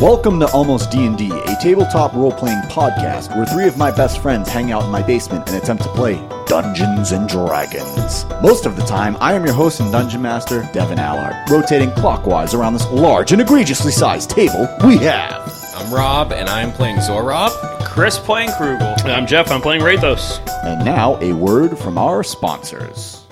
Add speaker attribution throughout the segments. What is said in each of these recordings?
Speaker 1: Welcome to Almost D&D, a tabletop role-playing podcast where three of my best friends hang out in my basement and attempt to play Dungeons and Dragons. Most of the time, I am your host and dungeon master, Devin Allard. Rotating clockwise around this large and egregiously sized table, we have
Speaker 2: I'm Rob, and I'm playing Zorob.
Speaker 3: Chris playing Krugel.
Speaker 4: I'm Jeff. I'm playing Rathos.
Speaker 1: and now a word from our sponsors.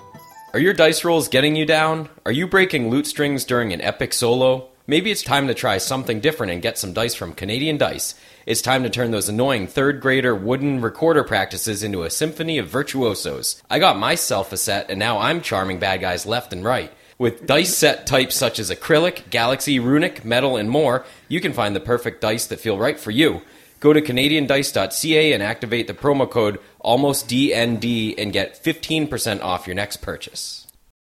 Speaker 2: Are your dice rolls getting you down? Are you breaking loot strings during an epic solo? Maybe it's time to try something different and get some dice from Canadian Dice. It's time to turn those annoying third grader wooden recorder practices into a symphony of virtuosos. I got myself a set, and now I'm charming bad guys left and right. With dice set types such as acrylic, galaxy, runic, metal, and more, you can find the perfect dice that feel right for you. Go to CanadianDice.ca and activate the promo code ALMOSTDND and get 15% off your next purchase.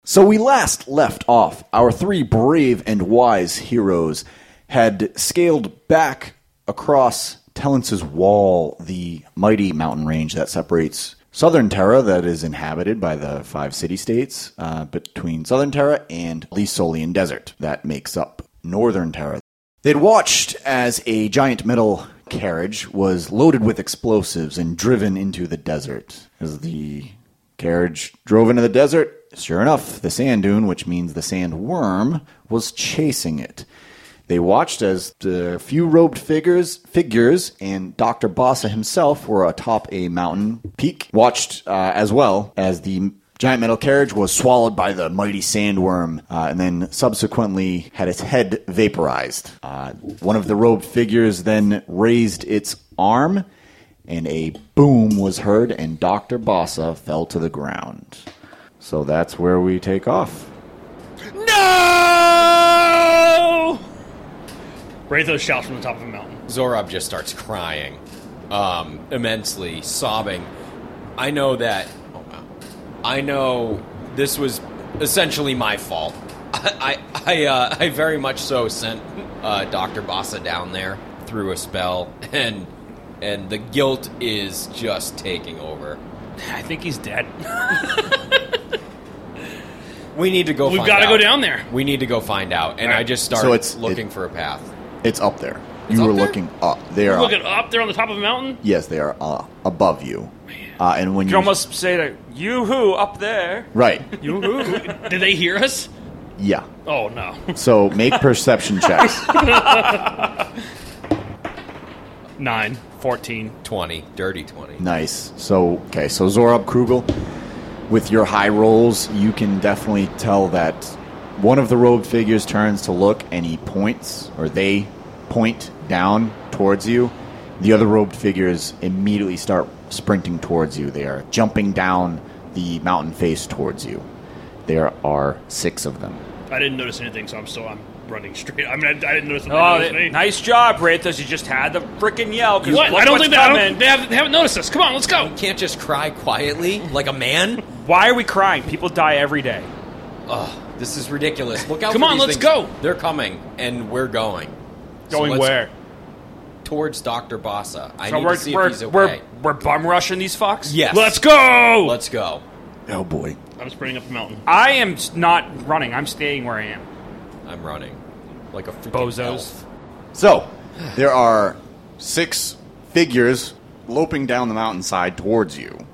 Speaker 1: So we last left off. Our three brave and wise heroes had scaled back across Telence's wall, the mighty mountain range that separates southern Terra, that is inhabited by the five city states, uh, between southern Terra and the Solian Desert, that makes up northern Terra. They'd watched as a giant metal carriage was loaded with explosives and driven into the desert. As the carriage drove into the desert, sure enough, the sand dune, which means the sand worm, was chasing it. They watched as the few robed figures, figures, and Dr. Bassa himself were atop a mountain peak. Watched uh, as well as the giant metal carriage was swallowed by the mighty sandworm uh, and then subsequently had its head vaporized. Uh, one of the robed figures then raised its arm and a boom was heard and Dr. Bassa fell to the ground. So that's where we take off.
Speaker 3: Oh!
Speaker 4: No! Rathos shouts from the top of a mountain.
Speaker 2: Zorob just starts crying um, immensely, sobbing. I know that. Oh, wow. I know this was essentially my fault. I I I, uh, I very much so sent uh, Doctor Bassa down there through a spell, and and the guilt is just taking over.
Speaker 4: I think he's dead.
Speaker 2: We need to go.
Speaker 4: We've
Speaker 2: find
Speaker 4: gotta
Speaker 2: out.
Speaker 4: go down there.
Speaker 2: We need to go find out. And I just start
Speaker 1: So it's-
Speaker 2: looking
Speaker 1: it-
Speaker 2: for a path.
Speaker 1: It's up there.
Speaker 2: It's
Speaker 1: you
Speaker 2: up
Speaker 1: were
Speaker 2: there?
Speaker 1: looking up. They are up.
Speaker 4: Looking up there on the top of a mountain.
Speaker 1: Yes, they are uh, above you. Uh, and when
Speaker 3: You
Speaker 1: you
Speaker 3: can almost say that you who up there.
Speaker 1: right,
Speaker 4: Did they hear us?
Speaker 1: yeah.
Speaker 4: Oh no.
Speaker 1: So make perception checks.
Speaker 4: Nine. Fourteen.
Speaker 2: Twenty, dirty twenty.
Speaker 1: Nice. So okay, so Zorab Krugel, with your high rolls, you can definitely tell that one of the robed figures turns to look and he points, or they point down towards you. The other robed figures immediately start sprinting towards you. They are jumping down the mountain face towards you. There are six of them.
Speaker 4: I didn't notice anything, so I'm still I'm running straight. I mean, I, I didn't notice. that they
Speaker 3: Oh,
Speaker 4: noticed me.
Speaker 3: nice job, Rathos. You just had the freaking yell. 'cause
Speaker 4: What?
Speaker 3: look
Speaker 4: I don't
Speaker 3: what's
Speaker 4: think they, I don't,
Speaker 3: coming.
Speaker 4: they, haven't, they haven't noticed us. Come on, let's go.
Speaker 2: Can't just cry quietly like a man.
Speaker 3: Why are we crying? People die every day.
Speaker 2: Ugh, this is ridiculous. Look out!
Speaker 4: Come
Speaker 2: for
Speaker 4: on,
Speaker 2: these
Speaker 4: let's
Speaker 2: things.
Speaker 4: go.
Speaker 2: They're coming, and we're going. So
Speaker 3: Going
Speaker 2: let's-
Speaker 3: where?
Speaker 2: Towards Doctor Bassa. I
Speaker 3: So
Speaker 2: need
Speaker 3: we're
Speaker 2: to see
Speaker 3: we're,
Speaker 2: if he's okay.
Speaker 3: we're we're bum rushing these fucks.
Speaker 2: yes.
Speaker 4: Let's go.
Speaker 2: Let's go.
Speaker 1: Oh boy.
Speaker 4: I'm sprinting up the mountain.
Speaker 3: I am s- not running. I'm staying where I am.
Speaker 2: I'm running like a freaking
Speaker 3: Bozos.
Speaker 2: elf.
Speaker 1: So, there are six figures loping down the mountainside towards you,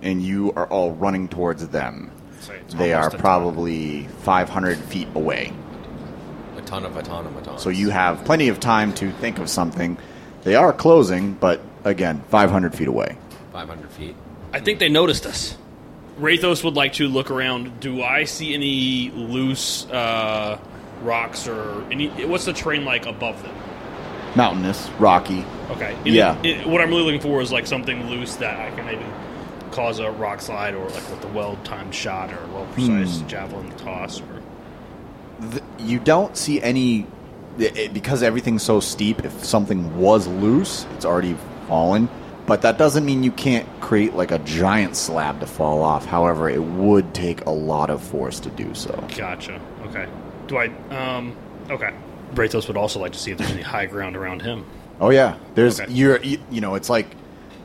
Speaker 1: and you are all running towards them. They are probably 500 feet away.
Speaker 2: A ton of automatons.
Speaker 1: So, you have plenty of time to think of something. They are closing, but again, 500 feet away.
Speaker 2: 500 feet.
Speaker 4: I think they noticed us. Rathos would like to look around. Do I see any loose uh, rocks or any? What's the terrain like above them?
Speaker 1: Mountainous, rocky.
Speaker 4: Okay.
Speaker 1: Yeah.
Speaker 4: it- what I'm really looking for is like something loose that I can maybe cause a rock slide or like with a well-timed shot or well-precise javelin toss or.
Speaker 1: Th- You don't see any. it- it- because everything's so steep, if something was loose, it's already fallen. But that doesn't mean you can't create like a giant slab to fall off. However, it would take a lot of force to do so.
Speaker 4: Gotcha. Okay. Do I? Um. Okay. Rathos would also like to see if there's any high ground around him.
Speaker 1: Oh yeah, there's
Speaker 4: Okay.
Speaker 1: you're you, you know it's like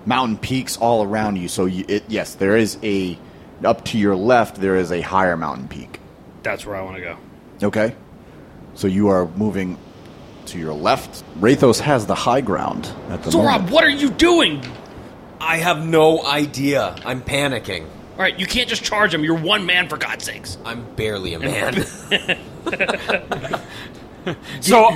Speaker 1: mountain peaks all around you. So you, it, yes, there is a up to your left there is a higher mountain peak.
Speaker 4: That's where I want to go.
Speaker 1: Okay, so you are moving to your left. Rathos has the high ground at the
Speaker 4: Zorob,
Speaker 1: moment.
Speaker 4: what are you doing?
Speaker 2: I have no idea. I'm panicking.
Speaker 4: All right, you can't just charge him. You're one man, for God's sakes.
Speaker 2: I'm barely a man.
Speaker 3: So,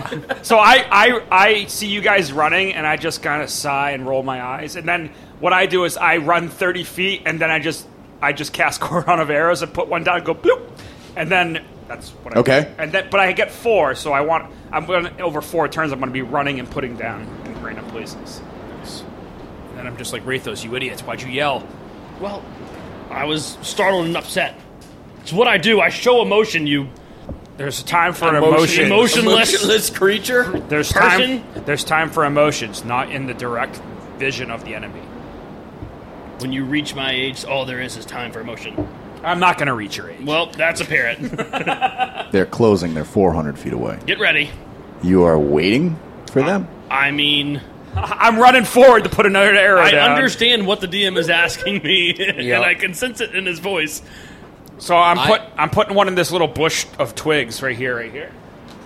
Speaker 3: so I, I, I see you guys running, and I just kind of sigh and roll my eyes. And then what I do is I run thirty feet, and then I just, I just cast Coron of arrows and put one down, and go bloop, and then that's what I
Speaker 1: Okay.
Speaker 3: Do. And then, but I get four, so I want. I'm going over four turns. I'm going to be running and putting down in random places. And then I'm just like Rathos, you idiots! Why'd you yell?
Speaker 4: Well, I was startled and upset. It's what I do. I show emotion, you
Speaker 3: There's a time for an
Speaker 4: Emotion-
Speaker 3: emotion.
Speaker 4: emotion- Emotionless-
Speaker 2: Emotionless creature.
Speaker 3: There's
Speaker 4: person.
Speaker 3: time. There's time for emotions, not in the direct vision of the enemy.
Speaker 4: When you reach my age, all there is is time for emotion.
Speaker 3: I'm not going to reach your age.
Speaker 4: Well, that's apparent.
Speaker 1: They're closing. They're 400 feet away.
Speaker 4: Get ready.
Speaker 1: You are waiting for them?
Speaker 4: I mean,
Speaker 3: I'm running forward to put another arrow
Speaker 4: I
Speaker 3: down.
Speaker 4: understand what the DM is asking me,
Speaker 2: Yeah.
Speaker 4: and I can sense it in his voice.
Speaker 3: so I'm
Speaker 2: I-
Speaker 3: put I'm putting one in this little bush of twigs right here, right here.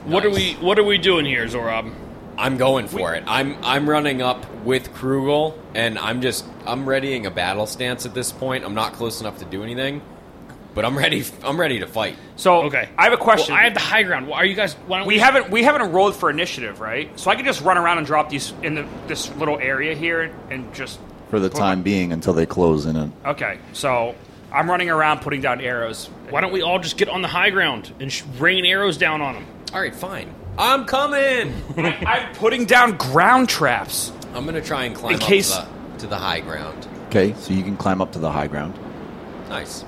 Speaker 4: What are
Speaker 2: Nice.
Speaker 4: we? What are we doing here, Zorob?
Speaker 2: I'm going for it. I'm I'm running up with Krugel, and I'm just I'm readying a battle stance at this point. I'm not close enough to do anything, but I'm ready. I'm ready to fight.
Speaker 3: So
Speaker 4: Okay,
Speaker 3: I have a question.
Speaker 4: Well, I have the high ground. Why Are you guys? Why don't we?
Speaker 3: we haven't we haven't enrolled for initiative, right? So I can just run around and drop these in the, this little area here and just
Speaker 1: For the time being until they close in. And
Speaker 3: okay. So I'm running around putting down arrows.
Speaker 4: why don't we all just get on the high ground and sh- rain arrows down on him?
Speaker 2: All right, fine. I'm coming.
Speaker 3: I'm putting down ground traps.
Speaker 2: I'm gonna try and climb
Speaker 3: In case-
Speaker 2: up to the, to the high ground.
Speaker 1: okay, so you can climb up to the high ground.
Speaker 2: Nice.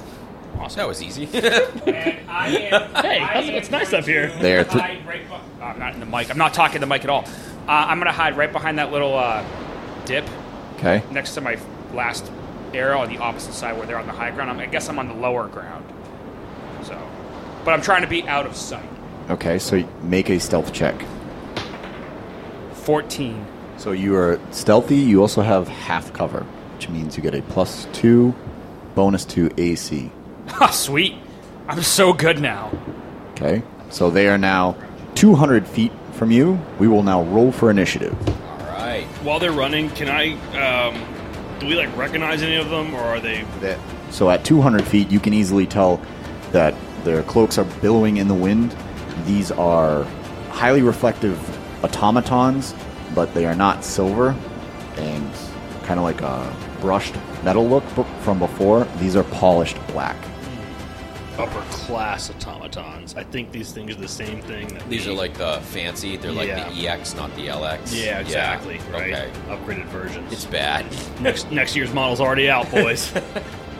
Speaker 4: Awesome.
Speaker 2: That was easy.
Speaker 3: And I am,
Speaker 4: Hey, how's it- it's nice up here.
Speaker 1: There, th-
Speaker 3: hide right beh- Oh, I'm not in the mic. I'm not talking to the mic at all. Uh, I'm gonna hide right behind that little uh, dip
Speaker 1: Okay.
Speaker 3: next to my last arrow on the opposite side where they're on the high ground. I'm, I guess I'm on the lower ground. So, but I'm trying to be out of sight.
Speaker 1: Okay, so make a stealth check.
Speaker 3: 14.
Speaker 1: So you are stealthy. You also have half cover, which means you get a plus two bonus to AC.
Speaker 3: Ha, Ah, sweet. I'm so good now.
Speaker 1: Okay, so they are now 200 feet from you. We will now roll for initiative.
Speaker 2: All right.
Speaker 4: While they're running, can I? Um, do we like recognize any of them, or are they?
Speaker 1: That- So at 200 feet, you can easily tell that their cloaks are billowing in the wind. These are highly reflective automatons, but they are not silver and kind of like a brushed metal look b- from before. These are polished black.
Speaker 4: upper class automatons. I think these things are the same thing. That
Speaker 2: These
Speaker 4: we-
Speaker 2: are like the fancy. They're like the EX, not the LX.
Speaker 4: yeah, exactly. Right,
Speaker 2: Okay.
Speaker 4: upgraded versions.
Speaker 2: It's bad.
Speaker 4: next next year's model's already out, boys.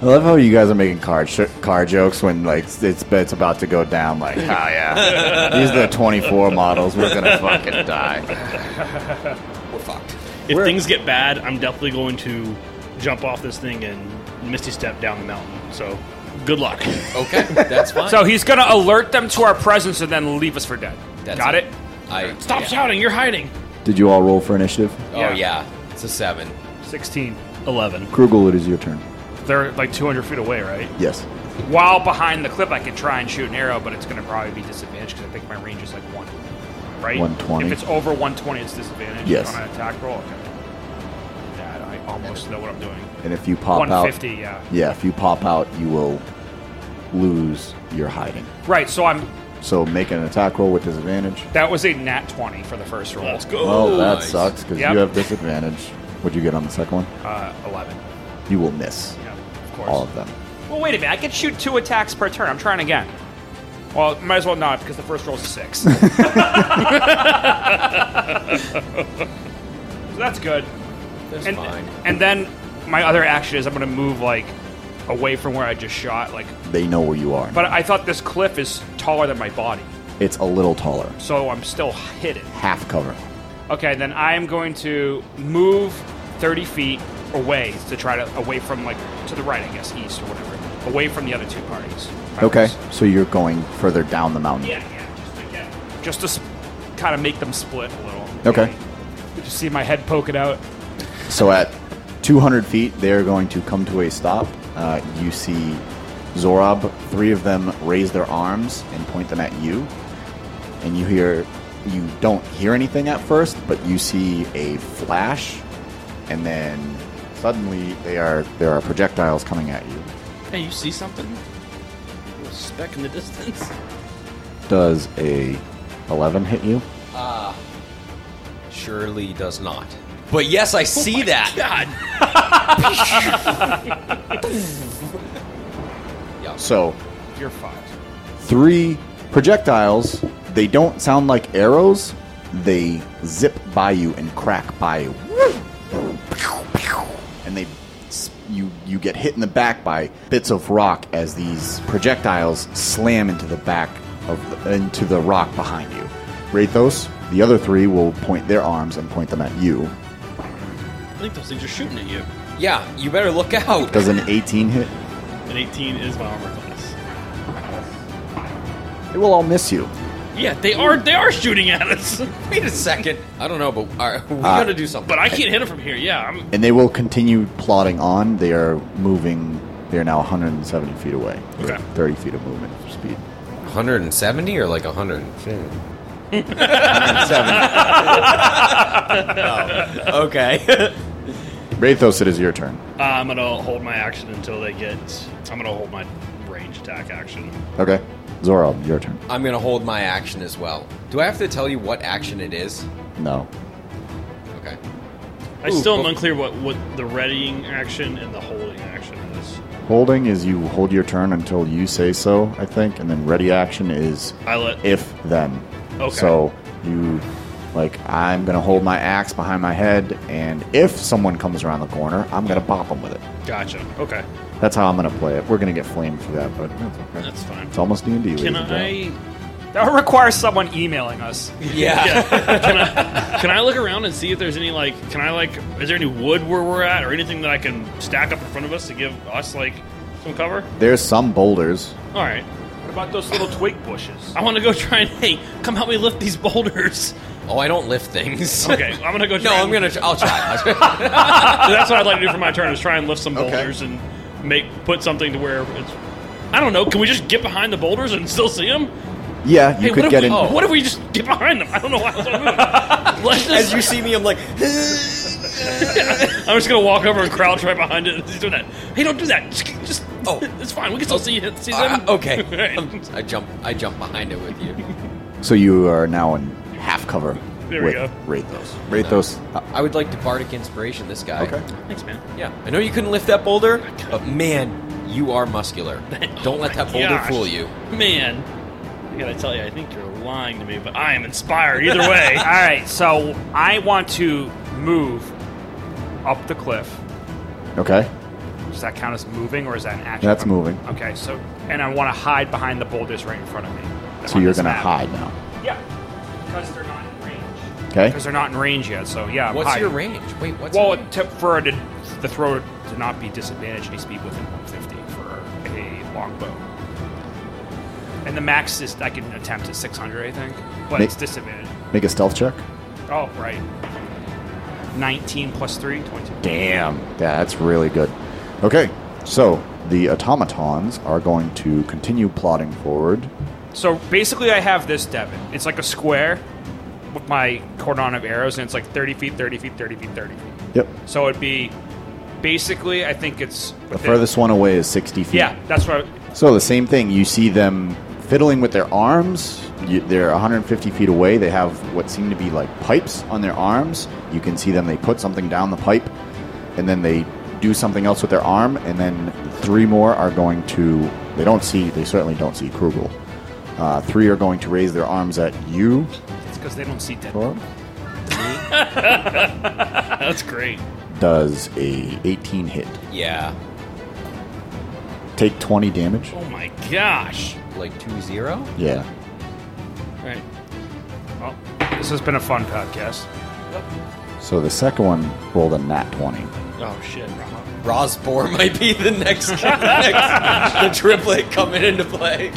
Speaker 1: I love how you guys are making car sh- car jokes when like it's it's about to go down. Like, oh yeah, these are the 24 models. We're gonna fucking die.
Speaker 2: We're fucked.
Speaker 4: if
Speaker 1: We're-
Speaker 4: things get bad, I'm definitely going to jump off this thing and misty step down the mountain. So, good luck.
Speaker 2: Okay, that's fine.
Speaker 3: So he's gonna alert them to our presence and then leave us for dead.
Speaker 2: That's
Speaker 3: Got it?
Speaker 2: I
Speaker 4: Stop
Speaker 2: yeah.
Speaker 4: shouting! You're hiding.
Speaker 1: Did you all roll for initiative?
Speaker 2: Oh yeah, it's a seven.
Speaker 3: 16.
Speaker 4: Eleven.
Speaker 1: Krugel, it is your turn.
Speaker 3: They're like 200 feet away, right?
Speaker 1: Yes.
Speaker 3: While behind the cliff, I could try and shoot an arrow, but it's gonna probably be disadvantaged because I think my range is like one. Right?
Speaker 1: 120.
Speaker 3: If it's over 120, it's disadvantage
Speaker 1: Yes.
Speaker 3: on an attack roll. Okay. Dad, I almost know what I'm doing.
Speaker 1: And if you pop out,
Speaker 3: 150, yeah.
Speaker 1: yeah, if you pop out, you will lose your hiding.
Speaker 3: Right, so I'm.
Speaker 1: So make an attack roll with disadvantage.
Speaker 3: That was a nat 20 for the first roll.
Speaker 4: Let's go.
Speaker 1: Oh, that
Speaker 2: nice.
Speaker 1: sucks because
Speaker 3: Yep.
Speaker 1: you have disadvantage. What'd you get on the second one?
Speaker 3: Uh, 11.
Speaker 1: You will miss
Speaker 3: Yeah, of course.
Speaker 1: all of them.
Speaker 3: Well, wait a minute. I can shoot two attacks per turn. I'm trying again. Well, might as well not because the first roll's a six. so that's good.
Speaker 2: That's
Speaker 3: And,
Speaker 2: fine.
Speaker 3: and then my other action is I'm going to move, like, away from where I just shot. Like,
Speaker 1: They know where you are.
Speaker 3: But I thought this cliff is taller than my body,
Speaker 1: it's a little taller,
Speaker 3: so I'm still hidden.
Speaker 1: half cover.
Speaker 3: Okay, then I am going to move 30 feet away to try to away from like to the right, I guess, east or whatever, away from the other two parties.
Speaker 1: Okay, so you're going further down the mountain.
Speaker 3: Yeah, yeah, just to get just to sp- kind of make them split a little.
Speaker 1: Okay.
Speaker 3: You just see my head poking out.
Speaker 1: So at 200 feet, they're going to come to a stop. Uh, you see Zorob, three of them raise their arms and point them at you. And you hear you don't hear anything at first, but you see a flash, and then suddenly they are there are projectiles coming at you.
Speaker 4: Hey, you see something? A little speck in the distance.
Speaker 1: Does a eleven hit you?
Speaker 2: Surely does not. Oh But yes, I see that.
Speaker 4: God.
Speaker 1: So
Speaker 3: You're fine.
Speaker 1: three projectiles. They don't sound like arrows. They zip by you and crack by you, and they s- you you get hit in the back by bits of rock as these projectiles slam into the back of the, into the rock behind you. Rathos, the other three will point their arms and point them at you.
Speaker 4: I think those things are shooting at you.
Speaker 2: Yeah, you better look out.
Speaker 1: Does an 18 hit?
Speaker 4: An 18 is my armor class.
Speaker 1: They will all miss you.
Speaker 4: Yeah, they are. They are shooting at us.
Speaker 2: Wait a second. I don't know, but uh, we
Speaker 1: Uh,
Speaker 2: gotta do something.
Speaker 4: But I can't hit them from here. Yeah, I'm.
Speaker 1: And they will continue plodding on. They are moving. They are now 170 feet away.
Speaker 4: Okay.
Speaker 1: 30 feet of movement speed.
Speaker 2: 170 or like 100. Okay.
Speaker 1: Rathos, it is your turn.
Speaker 4: Uh, I'm gonna hold my action until they get. I'm gonna hold my range attack action.
Speaker 1: Okay. Zorob, your turn.
Speaker 2: I'm gonna hold my action as well. Do I have to tell you what action it is?
Speaker 1: No.
Speaker 2: Okay.
Speaker 4: I
Speaker 2: Ooh,
Speaker 4: still am
Speaker 2: but-
Speaker 4: unclear what what the readying action and the holding action is.
Speaker 1: Holding is you hold your turn until you say so, I think, and then ready action is
Speaker 4: I let.
Speaker 1: if then.
Speaker 4: Okay.
Speaker 1: So you like I'm gonna hold my axe behind my head, and if someone comes around the corner, I'm gonna bop them with it.
Speaker 4: Gotcha. Okay.
Speaker 1: That's how I'm gonna play it. We're gonna get flamed for that, but that's okay.
Speaker 4: That's fine.
Speaker 1: It's almost D and D.
Speaker 4: Can I?
Speaker 3: That requires someone emailing us.
Speaker 2: Yeah.
Speaker 4: Can I look around and see if there's any like? Can I like? Is there any wood where we're at, or anything that I can stack up in front of us to give us like some cover?
Speaker 1: There's some boulders.
Speaker 4: All right.
Speaker 3: What about those little twig bushes?
Speaker 4: I want to go try and hey, come help me lift these boulders.
Speaker 2: Oh, I don't lift things.
Speaker 4: Okay, I'm gonna go. Try
Speaker 2: No,
Speaker 4: and-
Speaker 2: I'm gonna. I'll try.
Speaker 4: That's what I'd like to do for my turn is try and lift some
Speaker 1: Okay.
Speaker 4: boulders and make put something to where it's. I don't know. Can we just get behind the boulders and still see them?
Speaker 1: Yeah, you
Speaker 4: hey,
Speaker 1: could
Speaker 4: what
Speaker 1: get
Speaker 4: if
Speaker 1: in.
Speaker 4: we, oh, What if we just get behind them? I don't know why. I was on the move. Let's
Speaker 2: As
Speaker 4: just,
Speaker 2: you see me, I'm like.
Speaker 4: I'm just gonna walk over and crouch right behind it. He's doing that. Hey, don't do that. Just, just
Speaker 2: Oh.
Speaker 4: it's fine. We can still see it. See
Speaker 2: Ah,
Speaker 4: them.
Speaker 2: okay.
Speaker 4: Right.
Speaker 2: Um, I jump. I jump behind it with you.
Speaker 1: So you are now in half cover
Speaker 4: There we
Speaker 1: with
Speaker 4: go.
Speaker 1: Rathos. Rathos. uh,
Speaker 2: I would like to bardic inspiration this guy.
Speaker 1: okay.
Speaker 4: Thanks, man.
Speaker 2: Yeah. I know you couldn't lift that boulder, but man, you are muscular. Don't let that boulder
Speaker 4: Gosh.
Speaker 2: fool you.
Speaker 4: man. I gotta tell you, I think you're lying to me, but I am inspired either way.
Speaker 3: All right, so I want to move up the cliff.
Speaker 1: Okay.
Speaker 3: Does that count as moving, or is that an action?
Speaker 1: That's moving.
Speaker 3: Okay, so and I want to hide behind the boulders right in front of me.
Speaker 1: So you're
Speaker 3: going
Speaker 1: gonna
Speaker 3: to
Speaker 1: hide now.
Speaker 3: Yeah, because they're not in range.
Speaker 1: Okay.
Speaker 3: Because they're not in range yet. So yeah, I'm
Speaker 2: What's your
Speaker 3: hiding.
Speaker 2: range? Wait, what's
Speaker 3: Well,
Speaker 2: your
Speaker 3: it took for it to, the throw to not be disadvantaged, it needs to be within 150 for a longbow. And the max is I can attempt is 600, I think, but
Speaker 1: Ma-
Speaker 3: it's disadvantaged.
Speaker 1: Make a stealth check.
Speaker 3: Oh, right. 19 plus 3, 22.
Speaker 1: Damn. Yeah, that's really good. Okay. So the automatons are going to continue plodding forward.
Speaker 3: So basically, I have this, Devin. It's like a square with my cordon of arrows, and it's like 30 feet, 30 feet, 30 feet, 30 feet.
Speaker 1: Yep.
Speaker 3: So it'd be basically, I think it's.
Speaker 1: The furthest one away is 60 feet.
Speaker 3: Yeah, that's what.
Speaker 1: So the same thing. You see them fiddling with their arms. You, they're 150 feet away. They have what seem to be like pipes on their arms. You can see them. They put something down the pipe, and then they do something else with their arm. And then three more are going to. They don't see. They certainly don't see Krugel. Uh, three are going to raise their arms at you.
Speaker 3: It's because they don't see dead.
Speaker 1: Or
Speaker 4: That's great.
Speaker 1: does a 18 hit?
Speaker 2: Yeah.
Speaker 1: Take 20 damage.
Speaker 4: Oh my gosh.
Speaker 2: Like two zero?
Speaker 1: Yeah.
Speaker 4: All right.
Speaker 3: Well, this has been a fun podcast.
Speaker 1: So the second one rolled a nat 20.
Speaker 4: Oh shit.
Speaker 2: Rosbor might be the next, the next the triplet coming into play.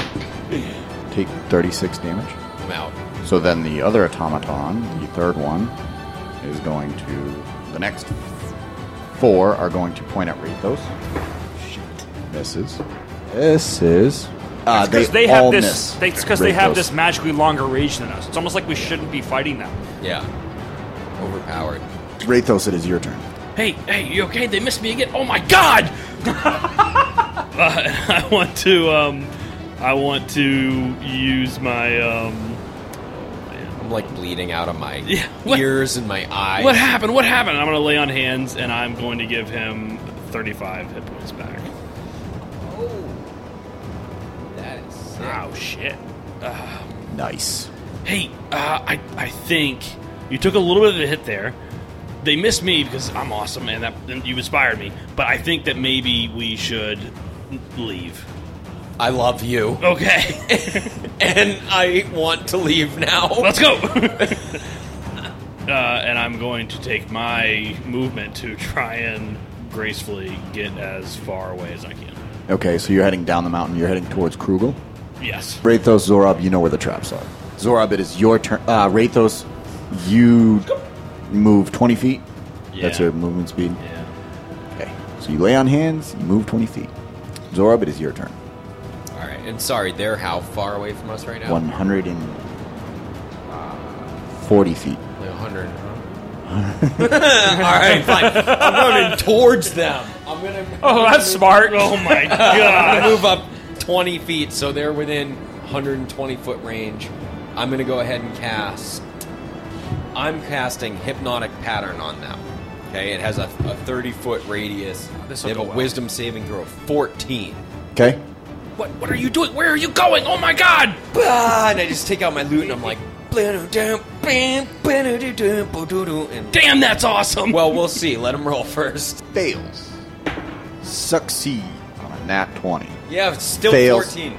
Speaker 1: Take 36 damage.
Speaker 2: I'm out.
Speaker 1: So then the other automaton, the third one, is going to. The next four are going to point at Rathos. Shit. Misses. Misses. Uh,
Speaker 3: Because
Speaker 1: they,
Speaker 3: they, have
Speaker 1: all
Speaker 3: this,
Speaker 1: miss.
Speaker 3: because they have
Speaker 1: Rakdos.
Speaker 3: this magically longer reach than us. It's almost like we shouldn't be fighting them.
Speaker 2: Yeah. Overpowered.
Speaker 1: Rathos, it is your turn.
Speaker 4: Hey, hey, you okay? They missed me again. Oh my god! uh, I want to, um, I want to use my, um,
Speaker 2: I'm like bleeding out of my
Speaker 4: Yeah, what-
Speaker 2: ears and my eyes.
Speaker 4: what happened? What happened? I'm gonna lay on hands and I'm going to give him 35 hit points back.
Speaker 2: Oh. That is sick.
Speaker 4: Oh shit.
Speaker 1: Nice.
Speaker 4: Hey, uh, I, I think you took a little bit of a hit there. They missed me because I'm awesome and that and you inspired me. But I think that maybe we should leave.
Speaker 2: I love you.
Speaker 4: Okay,
Speaker 2: and I want to leave now.
Speaker 4: let's go. uh, and I'm going to take my movement to try and gracefully get as far away as I can.
Speaker 1: Okay, so you're heading down the mountain. You're heading towards Krugel.
Speaker 4: Yes.
Speaker 1: Rathos, Zorab, you know where the traps are. Zorab, it is your turn. Uh, Rathos, you move 20 feet. That's
Speaker 4: Yeah.
Speaker 1: your movement speed.
Speaker 4: Yeah.
Speaker 1: Okay. So you lay on hands, you move 20 feet. Zorab, it is your turn.
Speaker 2: All right. And sorry, they're how far away from us right now?
Speaker 1: 140 feet.
Speaker 2: Like 100. All right, fine. I'm running towards them. I'm gonna.
Speaker 3: Oh, that's smart.
Speaker 4: Oh my
Speaker 2: I'm
Speaker 4: god.
Speaker 2: gonna move up 20 feet, so they're within 120 foot range. I'm gonna go ahead and cast. I'm casting hypnotic pattern on them. Okay, it has a, a 30 foot radius.
Speaker 3: This'll
Speaker 2: They have
Speaker 3: go
Speaker 2: a
Speaker 3: well.
Speaker 2: wisdom saving throw of 14.
Speaker 1: Okay?
Speaker 4: What what are you doing? Where are you going? Oh my god.
Speaker 2: Bah, Ah, and I just take out my loot and I'm like, and
Speaker 4: Damn, that's awesome.
Speaker 2: well, we'll see. Let him roll first.
Speaker 1: Fails. Succeed on a nat 20.
Speaker 2: Yeah, it's still
Speaker 1: Fails.
Speaker 2: 14.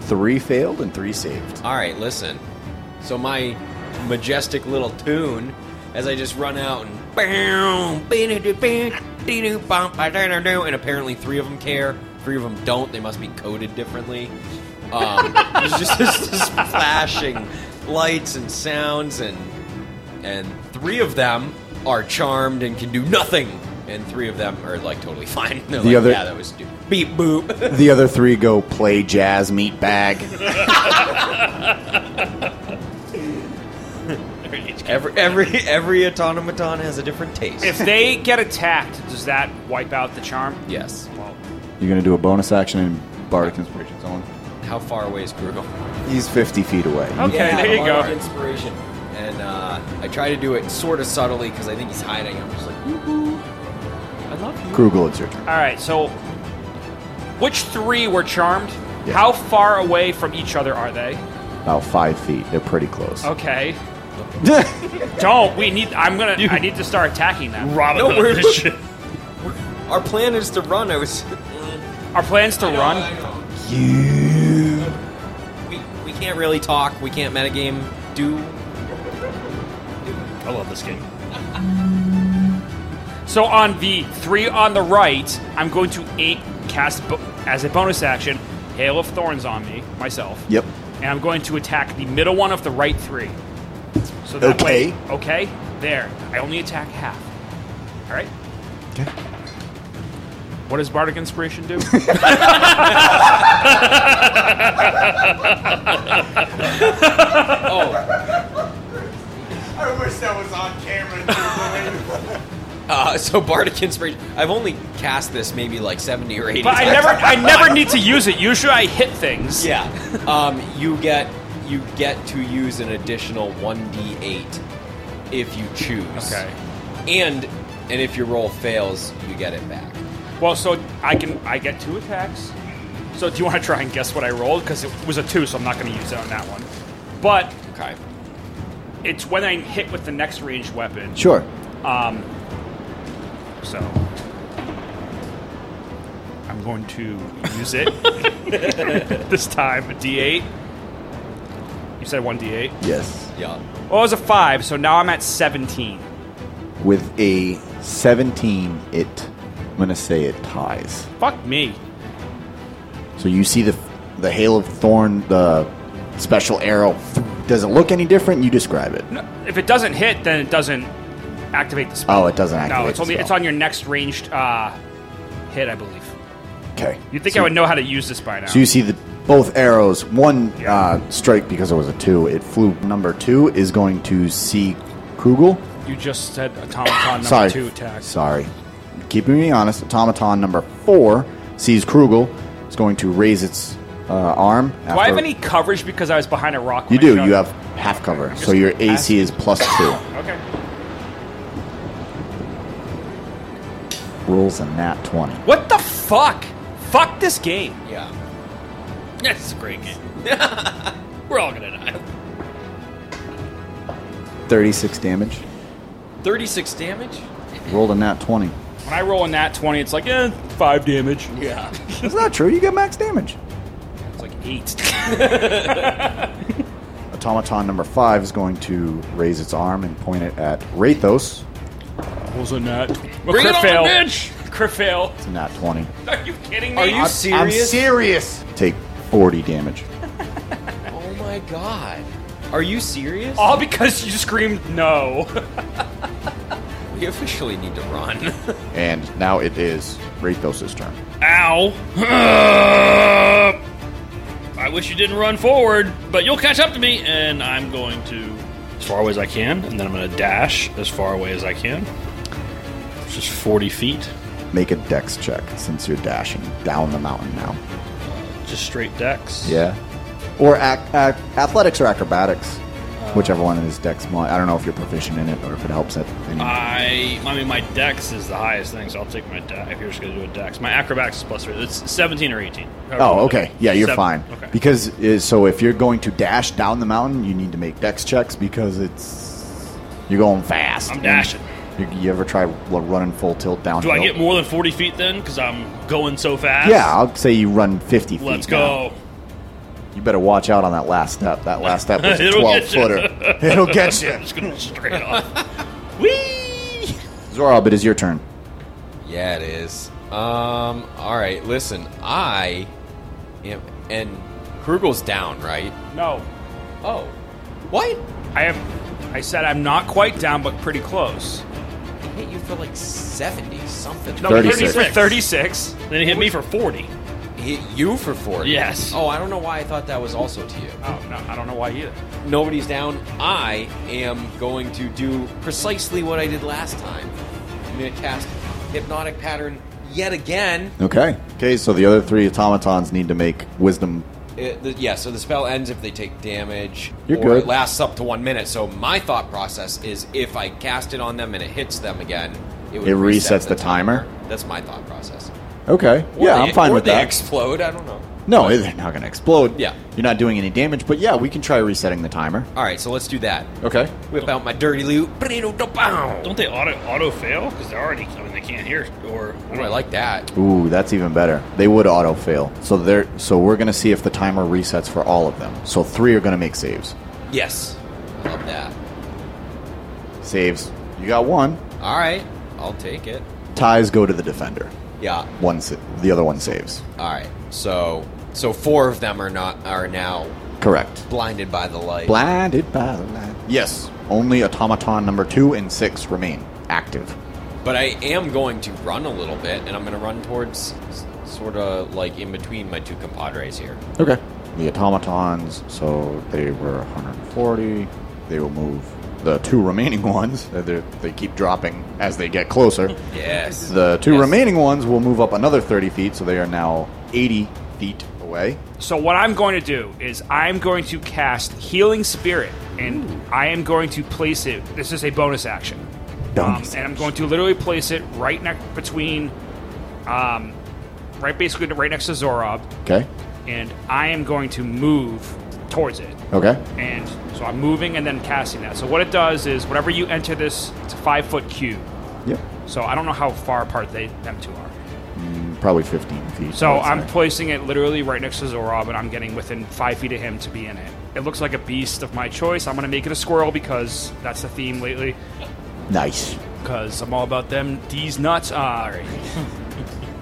Speaker 1: Three failed and three saved.
Speaker 2: All right, listen. So my majestic little tune, as I just run out and bam, and apparently three of them care, three of them don't. They must be coded differently. Um, there's just this, this flashing lights and sounds, and and three of them are charmed and can do nothing, and three of them are like totally fine. They're
Speaker 1: The
Speaker 2: like,
Speaker 1: other-
Speaker 2: yeah, that was stupid. Beep boop.
Speaker 1: The other three go play jazz meat bag.
Speaker 2: every every every automaton has a different taste.
Speaker 3: If they get attacked, does that wipe out the charm?
Speaker 2: yes.
Speaker 3: Well,
Speaker 1: You're going to do a bonus action in Bardic Inspiration Zone.
Speaker 2: How far away is Krugel?
Speaker 1: He's 50 feet away.
Speaker 4: Oh.
Speaker 3: Okay, there you
Speaker 2: Bardic
Speaker 3: go.
Speaker 2: Inspiration. And uh, I try to do it sort of subtly because I think he's hiding. I'm just like, "Hmm, woohoo. I love you.
Speaker 1: Krugel, it's your turn.
Speaker 3: All right, so which three were charmed?
Speaker 1: Yeah.
Speaker 3: How far away from each other are they?
Speaker 1: About five feet. They're pretty close.
Speaker 3: Okay. Don't. We need. I'm gonna. I need to start attacking them.
Speaker 4: Robin
Speaker 2: No,
Speaker 4: Hood
Speaker 2: we're-
Speaker 4: this shit.
Speaker 2: Our plan is to run. I was.
Speaker 3: Our plans to run.
Speaker 1: you.
Speaker 2: We, we can't really talk. We can't metagame. Do.
Speaker 4: I love this game.
Speaker 3: So on the three on the right, I'm going to eight cast bo- as a bonus action, hail of thorns on me myself.
Speaker 1: Yep.
Speaker 3: And I'm going to attack the middle one of the right three. So that
Speaker 1: Okay.
Speaker 3: way- okay. There. I only attack half. All right.
Speaker 1: Okay.
Speaker 3: What does bardic inspiration do?
Speaker 2: Oh.
Speaker 5: I wish that was on camera.
Speaker 2: Uh, so Bardic Inspiration. I've only cast this maybe like 70 or 80
Speaker 3: But I
Speaker 2: times.
Speaker 3: never, I never need to use it. Usually, I hit things.
Speaker 2: Yeah. Um, you get you get to use an additional one d eight if you choose.
Speaker 3: Okay.
Speaker 2: And and if your roll fails, you get it back.
Speaker 3: Well, so I can, I get two attacks. So do you want to try and guess what I rolled? Because it was a two, so I'm not going to use it on that one. But
Speaker 2: Okay.
Speaker 3: it's when I hit with the next ranged weapon.
Speaker 1: Sure.
Speaker 3: Um. So I'm going to use it this time. A D8. You said one D8.
Speaker 1: Yes.
Speaker 2: Yeah.
Speaker 3: Well, it was a five, so now I'm at 17.
Speaker 1: With a 17, it. I'm going to say it ties.
Speaker 3: Fuck me.
Speaker 1: So you see the the hail of thorn, the special arrow. Does it look any different? You describe it.
Speaker 3: No, if it doesn't hit, then it doesn't activate the spell.
Speaker 1: Oh, it doesn't activate.
Speaker 3: No, it's
Speaker 1: the
Speaker 3: only
Speaker 1: spell.
Speaker 3: it's on your next ranged uh, hit, I believe.
Speaker 1: Okay.
Speaker 3: You'd think I would know how to use this by now.
Speaker 1: So you see the both arrows. One uh, strike because it was a two. It flew. Number two is going to see Kugel.
Speaker 3: You just said automaton number
Speaker 1: Sorry.
Speaker 3: two attack.
Speaker 1: Sorry. Keeping me honest, automaton number four sees Krugel. It's going to raise its uh, arm.
Speaker 3: Do I have any coverage because I was behind a rock?
Speaker 1: You
Speaker 3: when I
Speaker 1: do.
Speaker 3: shot?
Speaker 1: You have half cover, so your AC is plus two.
Speaker 3: Okay.
Speaker 1: Rolls a nat twenty.
Speaker 3: What the fuck? Fuck this game.
Speaker 2: Yeah.
Speaker 4: That's a great game. We're all gonna die.
Speaker 1: Thirty-six damage.
Speaker 2: 36 damage?
Speaker 1: Rolled a nat twenty.
Speaker 3: When I roll a nat 20, it's like, eh, five damage.
Speaker 2: Yeah.
Speaker 1: That's not true. You get max damage.
Speaker 3: It's like eight.
Speaker 1: Automaton number five is going to raise its arm and point it at Rathos.
Speaker 3: Rolls a nat 20.
Speaker 4: Bring it on,
Speaker 3: fail.
Speaker 4: bitch!
Speaker 3: Crit fail.
Speaker 1: It's a nat twenty.
Speaker 3: Are you kidding me?
Speaker 2: Are you
Speaker 1: I'm
Speaker 2: serious?
Speaker 1: serious. Take forty damage.
Speaker 2: oh my god. Are you serious?
Speaker 3: All because you screamed no.
Speaker 2: We officially need to run.
Speaker 1: And now it is Rathos' turn.
Speaker 4: Ow! I wish you didn't run forward, but you'll catch up to me, and I'm going to as far away as I can, and then I'm going to dash as far away as I can. It's just 40 feet,
Speaker 1: Make a dex check since you're dashing down the mountain now.
Speaker 4: just straight dex.
Speaker 1: Yeah. Or ac- ac- athletics or acrobatics, whichever one is dex. Mod. I don't know if you're proficient in it or if it helps it. Any-
Speaker 4: Uh, I, I mean, my dex is the highest thing, so I'll take my dex. If you're just going to do a dex, my acrobatics is plus three. It's 17 or 18. however you
Speaker 1: oh,
Speaker 4: wanna do
Speaker 1: okay.
Speaker 4: it.
Speaker 1: Yeah, you're
Speaker 4: Seven-
Speaker 1: fine.
Speaker 4: Okay.
Speaker 1: Because uh, so if you're going to dash down the mountain, you need to make dex checks because it's you're going fast.
Speaker 4: I'm dashing.
Speaker 1: You, you ever try l- running full tilt down?
Speaker 4: do I get more than 40 feet then? Because I'm going so fast.
Speaker 1: Yeah, I'll say you run 50 feet.
Speaker 4: Let's
Speaker 1: now.
Speaker 4: go.
Speaker 1: You better watch out on that last step. That last step was a
Speaker 4: It'll
Speaker 1: 12
Speaker 4: get you.
Speaker 1: footer. It'll get you.
Speaker 4: I'm just going to straight off. Whee!
Speaker 1: Zorob, it is your turn.
Speaker 2: yeah, it is. Um, alright, listen. I am. And Krugel's down, right?
Speaker 3: no.
Speaker 2: Oh. What?
Speaker 3: I am. I said I'm not quite down, but pretty close.
Speaker 2: I hit you for like 70 something.
Speaker 3: No,
Speaker 1: 36.
Speaker 3: 30 for 36.
Speaker 4: Then he hit me for 40.
Speaker 2: Hit you for 40.
Speaker 4: Yes.
Speaker 2: Oh, I don't know why I thought that was also to you.
Speaker 3: Oh, no, I don't know why either.
Speaker 2: Nobody's down. I am going to do precisely what I did last time. I'm going to cast Hypnotic Pattern yet again.
Speaker 1: Okay. Okay, so the other three automatons need to make wisdom.
Speaker 2: It, Uh, the, yeah, so the spell ends if they take damage.
Speaker 1: You're
Speaker 2: or
Speaker 1: good.
Speaker 2: It lasts up to one minute. So my thought process is if I cast it on them and it hits them again, it, would
Speaker 1: It
Speaker 2: reset
Speaker 1: resets the timer?
Speaker 2: That's my thought process.
Speaker 1: Okay.
Speaker 2: Or
Speaker 1: yeah,
Speaker 2: they-
Speaker 1: I'm fine
Speaker 2: or
Speaker 1: with
Speaker 2: they
Speaker 1: that.
Speaker 2: explode. I don't know.
Speaker 1: no, they're not going to explode.
Speaker 2: Yeah.
Speaker 1: You're not doing any damage, but yeah, we can try resetting the timer.
Speaker 2: All right, so let's do that.
Speaker 1: Okay.
Speaker 2: Whip out my dirty loot.
Speaker 4: Don't they auto auto fail? Because they're already. I mean, they can't hear. Or
Speaker 2: Oh, I like that.
Speaker 1: Ooh, that's even better. They would auto fail. So they're so we're going to see if the timer resets for all of them. So 3 are going to make saves.
Speaker 2: Yes. I love that.
Speaker 1: Saves. You got one.
Speaker 2: All right. I'll take it.
Speaker 1: Ties go to the defender.
Speaker 2: Yeah.
Speaker 1: One sa- the other one saves.
Speaker 2: All right. So so four of them are not are now
Speaker 1: Correct.
Speaker 2: blinded by the light.
Speaker 1: Blinded by the light. Yes. Only automaton number two and six remain active.
Speaker 2: But I am going to run a little bit, and I'm going to run towards s- sort of like in between my two compadres here.
Speaker 1: Okay. The automatons, so they were 140. They will move the two remaining ones. uh, they're- They keep dropping as they get closer.
Speaker 2: Yes.
Speaker 1: The two
Speaker 2: Yes.
Speaker 1: remaining ones will move up another 30 feet, so they are now 80 feet away.
Speaker 3: So what I'm going to do is I'm going to cast Healing Spirit, and I am going to place it. This is a bonus action, um,
Speaker 1: Bonus
Speaker 3: and I'm going to literally place it right next between, um, right basically right next to Zorob,
Speaker 1: Okay.
Speaker 3: and I am going to move towards it.
Speaker 1: Okay.
Speaker 3: And so I'm moving and then casting that. So what it does is whenever you enter this, it's a five foot cube.
Speaker 1: Yep.
Speaker 3: So I don't know how far apart they them two are.
Speaker 1: Probably 15 feet.
Speaker 3: So
Speaker 1: I'd
Speaker 3: I'm
Speaker 1: say.
Speaker 3: placing it literally right next to Zorob, and I'm getting within five feet of him to be in it. It looks like a beast of my choice. I'm going to make it a squirrel because that's the theme lately.
Speaker 1: Nice.
Speaker 3: Because I'm all about them. These nuts. Ah, all right.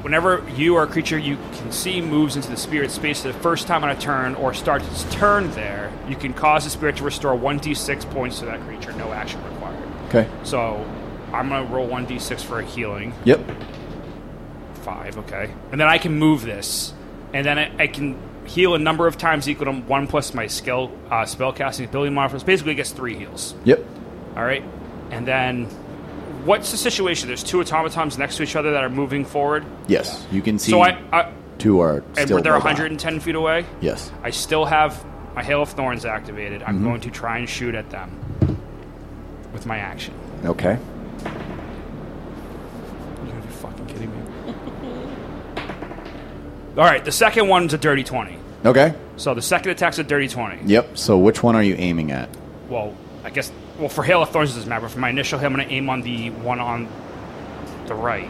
Speaker 3: Whenever you or a creature you can see moves into the spirit space for the first time on a turn or starts its turn there, you can cause the spirit to restore 1d6 points to that creature. No action required.
Speaker 1: Okay.
Speaker 3: So I'm going to roll 1d6 for a healing.
Speaker 1: Yep.
Speaker 3: five, okay. And then I can move this, and then I, I can heal a number of times equal to one plus my skill uh, spell casting ability modifiers. Basically, it gets three heals.
Speaker 1: Yep.
Speaker 3: All right, and then what's the situation? There's two automatons next to each other that are moving forward.
Speaker 1: Yes. You can see
Speaker 3: So I, I
Speaker 1: two are
Speaker 3: and
Speaker 1: still
Speaker 3: they're
Speaker 1: mobile.
Speaker 3: 110 feet away.
Speaker 1: Yes.
Speaker 3: I still have my hail of thorns activated.
Speaker 1: Mm-hmm.
Speaker 3: I'm going to try and shoot at them with my action.
Speaker 1: Okay.
Speaker 3: You gotta be fucking kidding me. All right, the second one's a dirty 20.
Speaker 1: Okay.
Speaker 3: So the second attack's a dirty 20.
Speaker 1: Yep. So which one are you aiming at?
Speaker 3: Well, I guess, well, for Hail of Thorns, it doesn't matter. But for my initial hit, I'm gonna aim on the one on the right.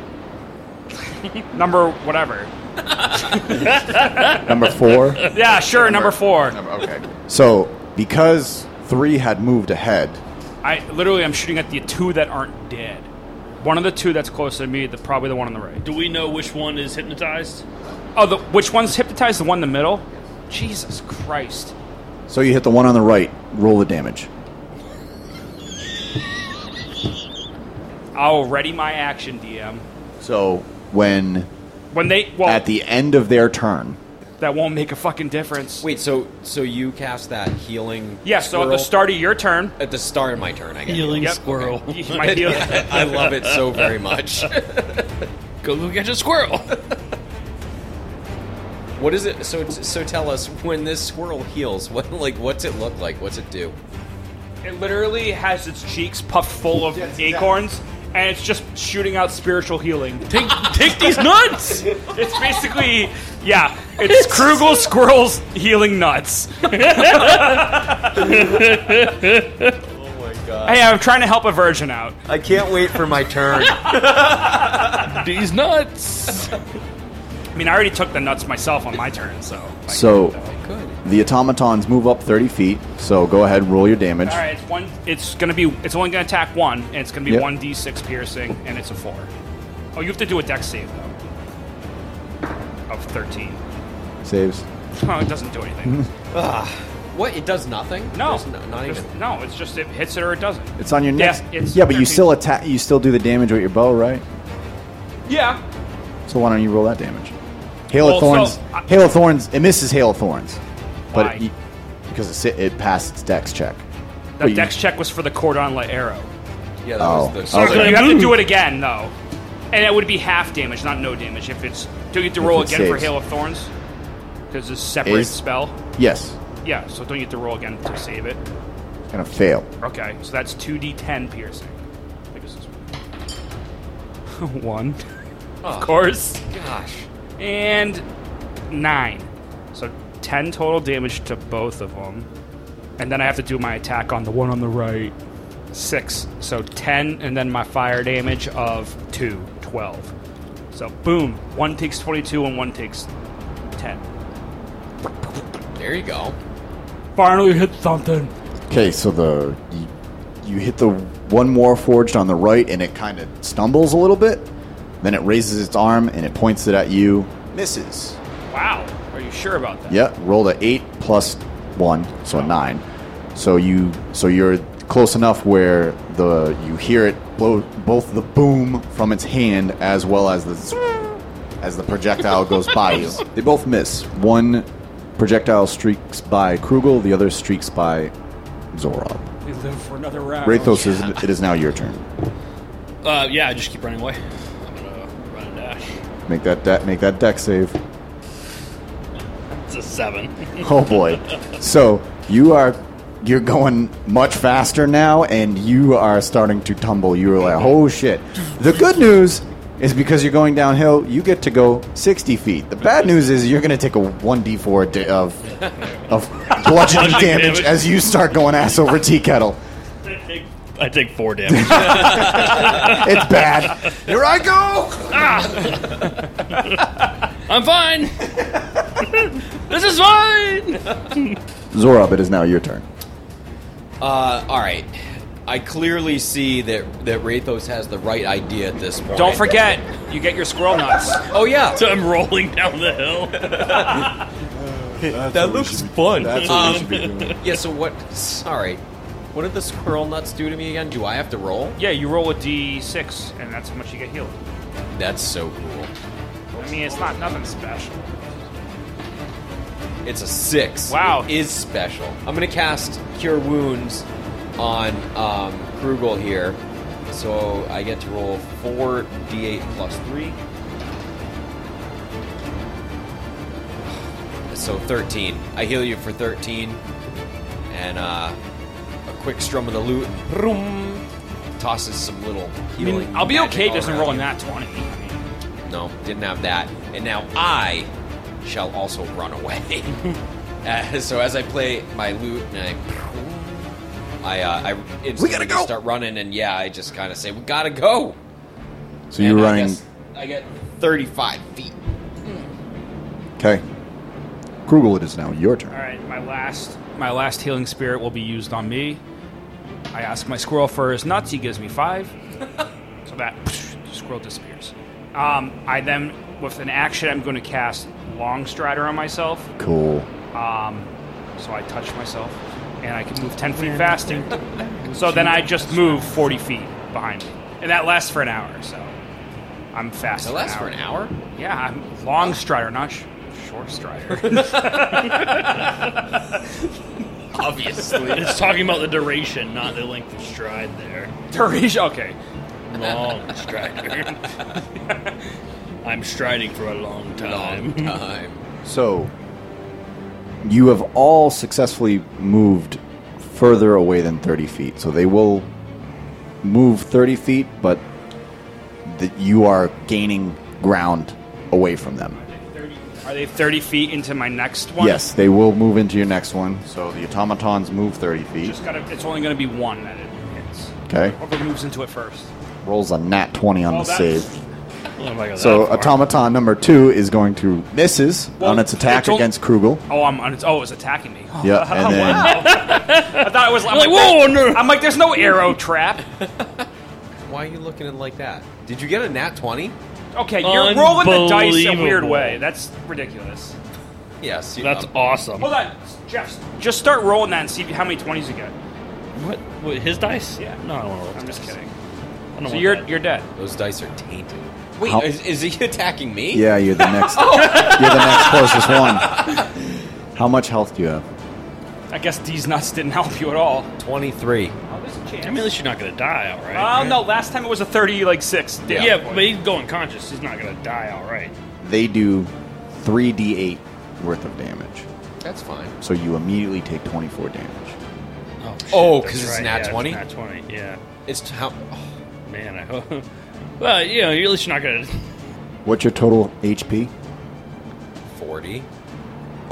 Speaker 3: number whatever.
Speaker 1: Number four.
Speaker 3: Yeah, sure, number four.
Speaker 1: okay. So because three had moved ahead,
Speaker 3: I literally, I'm shooting at the two that aren't dead. One of the two that's close to me, the, probably the one on the right.
Speaker 4: Do we know which one is hypnotized?
Speaker 3: Oh, the, which one's hypnotized? The one in the middle? Jesus Christ.
Speaker 1: so you hit the one on the right. Roll the damage.
Speaker 3: I'll ready my action, DM.
Speaker 1: So when
Speaker 3: When they, well,
Speaker 1: at the end of their turn,
Speaker 3: that won't make a fucking difference.
Speaker 2: Wait, so so you cast that healing?
Speaker 3: yeah, so at
Speaker 2: swirl
Speaker 3: the start of your turn,
Speaker 2: at the start of my turn, I guess.
Speaker 4: Healing
Speaker 3: Yep.
Speaker 4: squirrel.
Speaker 3: my heal.
Speaker 2: I love it so very much.
Speaker 4: go go catch a squirrel.
Speaker 2: What is it? So so tell us when this squirrel heals. What like what's it look like? What's it do?
Speaker 3: It literally has its cheeks puffed full of acorns, and it's just shooting out spiritual healing.
Speaker 4: take take these nuts.
Speaker 3: It's basically, yeah, it's Krugel Squirrel's healing nuts.
Speaker 2: Oh my god!
Speaker 3: Hey, I'm trying to help a virgin out.
Speaker 2: I can't wait for my turn.
Speaker 4: these nuts.
Speaker 3: I mean, I already took the nuts myself on my turn, so. like,
Speaker 1: So-
Speaker 3: though.
Speaker 2: Good.
Speaker 1: the automatons move up thirty feet. So go ahead, roll your damage.
Speaker 3: All right, it's one. It's gonna be. It's only gonna attack one, and it's gonna be
Speaker 1: Yep.
Speaker 3: one d six piercing, and it's a four. Oh, you have to do a dex save though. Of thirteen.
Speaker 1: Saves.
Speaker 3: Oh, it doesn't do anything.
Speaker 2: What? It does nothing?
Speaker 3: No,
Speaker 2: There's no not even.
Speaker 3: There's- no. It's just it hits it or it doesn't.
Speaker 1: It's on your
Speaker 3: Yeah,
Speaker 1: next.
Speaker 3: it's
Speaker 1: yeah, but you
Speaker 3: 13.
Speaker 1: still attack. You still do the damage with your bow, right?
Speaker 3: Yeah.
Speaker 1: So why don't you roll that damage? Hail
Speaker 3: Well,
Speaker 1: of thorns.
Speaker 3: so, I-
Speaker 1: hail of thorns. It misses hail of thorns,
Speaker 3: Why?
Speaker 1: but it, because it, si- it passed its dex check.
Speaker 3: That
Speaker 1: Wait,
Speaker 3: dex check was for the cordon la arrow.
Speaker 2: Yeah, that
Speaker 1: Oh.
Speaker 2: was the
Speaker 1: Oh,
Speaker 3: So
Speaker 1: Okay.
Speaker 3: you have to do it again though, and it would be half damage, not no damage. If it's do you have to roll
Speaker 1: it
Speaker 3: again for
Speaker 1: saves.
Speaker 3: hail of thorns? Because it's a separate
Speaker 1: Is-
Speaker 3: spell.
Speaker 1: Yes,
Speaker 3: Yeah. So don't you have to roll again to save it?
Speaker 1: gonna fail.
Speaker 3: Okay, so that's 2d10 piercing. I guess it's one.
Speaker 2: Oh.
Speaker 3: Of course.
Speaker 2: Gosh.
Speaker 3: And nine. So 10 total damage to both of them. And then I have to do my attack on the one on the right. Six. So 10, and then my fire damage of two. 12. So boom. One takes 22, and one takes 10.
Speaker 2: There you go.
Speaker 3: Finally hit something.
Speaker 1: Okay, so the you, you hit the one warforged on the right, and it kind of stumbles a little bit. Then it raises its arm and it points it at you. Misses.
Speaker 3: Wow. Are you sure about that?
Speaker 1: Yep, rolled a eight plus one, so a nine. So you so you're close enough where the you hear it blow both the boom from its hand as well as the zzz- as the projectile goes by you. They both miss. One projectile streaks by Krugel, the other streaks by Zorob.
Speaker 3: We live for another round.
Speaker 1: Rathos, is, it is now your turn.
Speaker 4: Uh, yeah, I just keep running away. I'm gonna run and dash.
Speaker 1: Make that de- make that deck save.
Speaker 4: It's a seven.
Speaker 1: Oh boy. So you are you're going much faster now and you are starting to tumble. You're like, oh shit. The good news is because you're going downhill, you get to go 60 feet. The bad news is you're going to take a 1d4 da- of of bludgeoning
Speaker 4: Bludgeoning
Speaker 1: damage
Speaker 4: damage.
Speaker 1: as you start going ass over tea kettle.
Speaker 4: I take four damage.
Speaker 1: It's bad. Here I go.
Speaker 4: I'm fine. this is fine.
Speaker 1: Zorob, it is now your turn.
Speaker 2: Uh, all right. I clearly see that that Rathos has the right idea at this point.
Speaker 3: Don't forget, you get your squirrel nuts.
Speaker 2: Oh yeah.
Speaker 4: So I'm rolling down the hill.
Speaker 2: that looks fun.
Speaker 1: what we
Speaker 2: Um, yeah. So what? Sorry. What did the squirrel nuts do to me again? Do I have to roll?
Speaker 3: Yeah, you roll a d6, and that's how much you get healed.
Speaker 2: That's so cool.
Speaker 3: mean, it's not nothing special.
Speaker 2: It's a six.
Speaker 3: Wow.
Speaker 2: It is special. I'm gonna cast Cure Wounds on um, Krugel here, so I get to roll four d8 plus three. So 13. I heal you for 13, and uh, a quick strum of the lute, and vroom, tosses some little
Speaker 3: I
Speaker 2: healing.
Speaker 3: mean, I'll be
Speaker 2: magic
Speaker 3: okay
Speaker 2: all
Speaker 3: just
Speaker 2: around
Speaker 3: enrolling
Speaker 2: you.
Speaker 3: that twenty. I mean,
Speaker 2: No, didn't have that. And now I shall also run away. Uh, so as I play my lute and I, I, uh, I instantly
Speaker 1: gotta
Speaker 2: just
Speaker 1: go!
Speaker 2: start running, and yeah, I just kind of say, "We gotta go."
Speaker 1: So you're
Speaker 2: And I,
Speaker 1: running.
Speaker 2: guess I get 35 feet.
Speaker 1: Okay. Krugel, it is now your
Speaker 3: All
Speaker 1: turn.
Speaker 3: right, my last my last healing spirit will be used on me. I ask my squirrel for his nuts. He gives me five, so that squirrel disappears. Um, I then, with an action, I'm going to cast Long Strider on myself.
Speaker 1: Cool.
Speaker 3: Um, so I touch myself, and I can move ten feet faster. So then I just move forty feet behind me, and that lasts for an hour. So I'm fast.
Speaker 2: So that's for an hour.
Speaker 3: Yeah, I'm long strider, not sh- short strider.
Speaker 2: Obviously,
Speaker 4: It's talking about the duration, not the length of stride there.
Speaker 3: Duration. Okay.
Speaker 4: Long strider. I'm striding for a long
Speaker 2: long
Speaker 4: time.
Speaker 2: time.
Speaker 1: So you have all successfully moved further away than 30 feet. So they will move 30 feet, but that you are gaining ground away from them.
Speaker 3: Are they 30 feet into my next one?
Speaker 1: Yes, they will move into your next one. So the automatons move 30 feet.
Speaker 3: Just gotta, it's only going to be one that it hits.
Speaker 1: Okay.
Speaker 3: Whoever moves into it first.
Speaker 1: Rolls a nat 20 on
Speaker 3: Oh,
Speaker 1: the
Speaker 3: that's-
Speaker 1: save.
Speaker 4: Oh, if I go that
Speaker 1: So
Speaker 4: far.
Speaker 1: automaton number two is going to misses on
Speaker 3: Well,
Speaker 1: its attack
Speaker 3: it's al-
Speaker 1: against Krugel.
Speaker 3: Oh, I'm on its. Oh, it's attacking me.
Speaker 1: Yeah, and then
Speaker 3: I thought it was. I'm
Speaker 4: Like,
Speaker 3: like,
Speaker 4: whoa, no.
Speaker 3: I'm like, there's no arrow trap.
Speaker 2: Why are you looking at it like that? Did you get a nat 20?
Speaker 3: Okay, you're rolling the dice a weird
Speaker 4: Unbelievable.
Speaker 3: way. That's ridiculous.
Speaker 2: Yes. You,
Speaker 4: That's
Speaker 2: um,
Speaker 4: awesome.
Speaker 3: Hold on, Jeff. Just start rolling that and see how many 20s you get.
Speaker 4: What? Wait, his dice?
Speaker 3: Yeah.
Speaker 4: No, I don't want to roll
Speaker 3: I'm
Speaker 4: his
Speaker 3: just
Speaker 4: dice.
Speaker 3: kidding.
Speaker 4: I don't
Speaker 3: So
Speaker 4: want
Speaker 3: you're
Speaker 4: that.
Speaker 3: you're dead.
Speaker 2: those dice are tainted. Wait,
Speaker 1: How-
Speaker 2: is, is he attacking me?
Speaker 1: Yeah, you're the next. you're the next closest one. How much health do you have?
Speaker 3: I guess these nuts didn't help you at all.
Speaker 2: 23.
Speaker 3: Oh, there's a
Speaker 4: I mean, at least you're not gonna die, all right?
Speaker 3: Well, no. Last time it was a 30, like six.
Speaker 4: Yeah,
Speaker 3: damage point.
Speaker 4: but he's going conscious. He's not gonna die, all right?
Speaker 1: They do three d8 worth of damage,
Speaker 2: That's fine.
Speaker 1: so you immediately take 24 damage.
Speaker 4: Oh, shit,
Speaker 2: Oh,
Speaker 4: that's
Speaker 2: 'cause it's
Speaker 4: right,
Speaker 2: nat
Speaker 4: yeah, it's
Speaker 2: 20?
Speaker 4: Nat twenty. Yeah.
Speaker 2: It's t- how. oh,
Speaker 4: Man, I hope. Well, you know, you're at least you're not gonna.
Speaker 1: What's your total HP?
Speaker 2: 40.